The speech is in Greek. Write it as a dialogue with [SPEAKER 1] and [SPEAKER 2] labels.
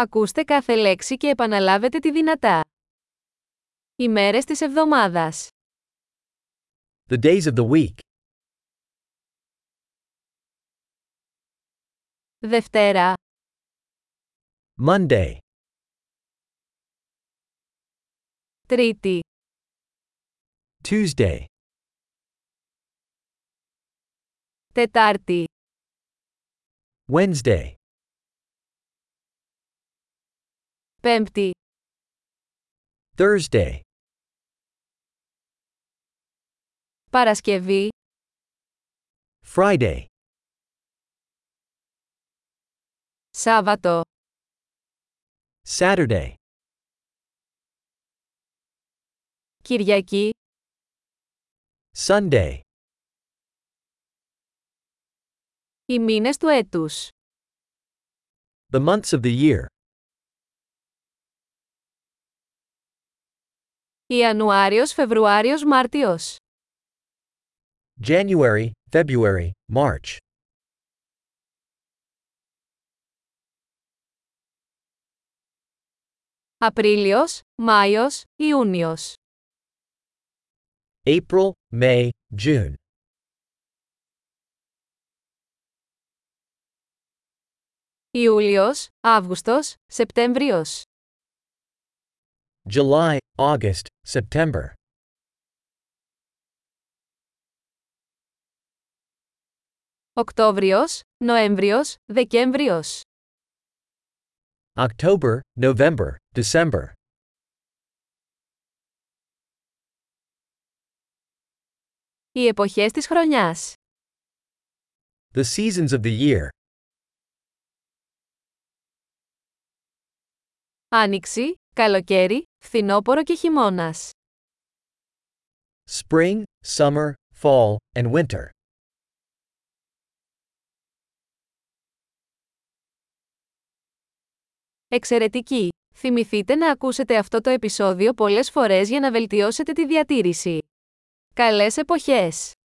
[SPEAKER 1] Ακούστε κάθε λέξη και επαναλάβετε τη δυνατά. Οι μέρες της εβδομάδας.
[SPEAKER 2] The days of the week
[SPEAKER 1] Δευτέρα,
[SPEAKER 2] Monday,
[SPEAKER 1] Τρίτη,
[SPEAKER 2] Tuesday,
[SPEAKER 1] Τετάρτη,
[SPEAKER 2] Wednesday,
[SPEAKER 1] Πέμπτη,
[SPEAKER 2] Thursday,
[SPEAKER 1] Παρασκευή,
[SPEAKER 2] Friday,
[SPEAKER 1] Σάββατο,
[SPEAKER 2] Saturday,
[SPEAKER 1] Κυριακή,
[SPEAKER 2] Sunday.
[SPEAKER 1] οι μήνες του έτους.
[SPEAKER 2] The months of the year
[SPEAKER 1] Ιανουάριος, Φεβρουάριος, Μάρτιος.
[SPEAKER 2] January, February, March,
[SPEAKER 1] Απρίλιος, Μάιος, Ιούνιος.
[SPEAKER 2] April, May, June,
[SPEAKER 1] Ιούλιος, Αύγουστος, Σεπτέμβριος.
[SPEAKER 2] July, August, September,
[SPEAKER 1] Οκτώβριος, Νοέμβριος, Δεκέμβριος.
[SPEAKER 2] October, November, December,
[SPEAKER 1] Οι εποχές της χρονιάς.
[SPEAKER 2] the seasons of the year
[SPEAKER 1] Άνοιξη, καλοκαίρι, φθινόπωρο και χειμώνας.
[SPEAKER 2] spring, summer, fall, and winter,
[SPEAKER 1] Εξαιρετική! Θυμηθείτε να ακούσετε αυτό το επεισόδιο πολλές φορές για να βελτιώσετε τη διατήρηση. Καλές εποχές!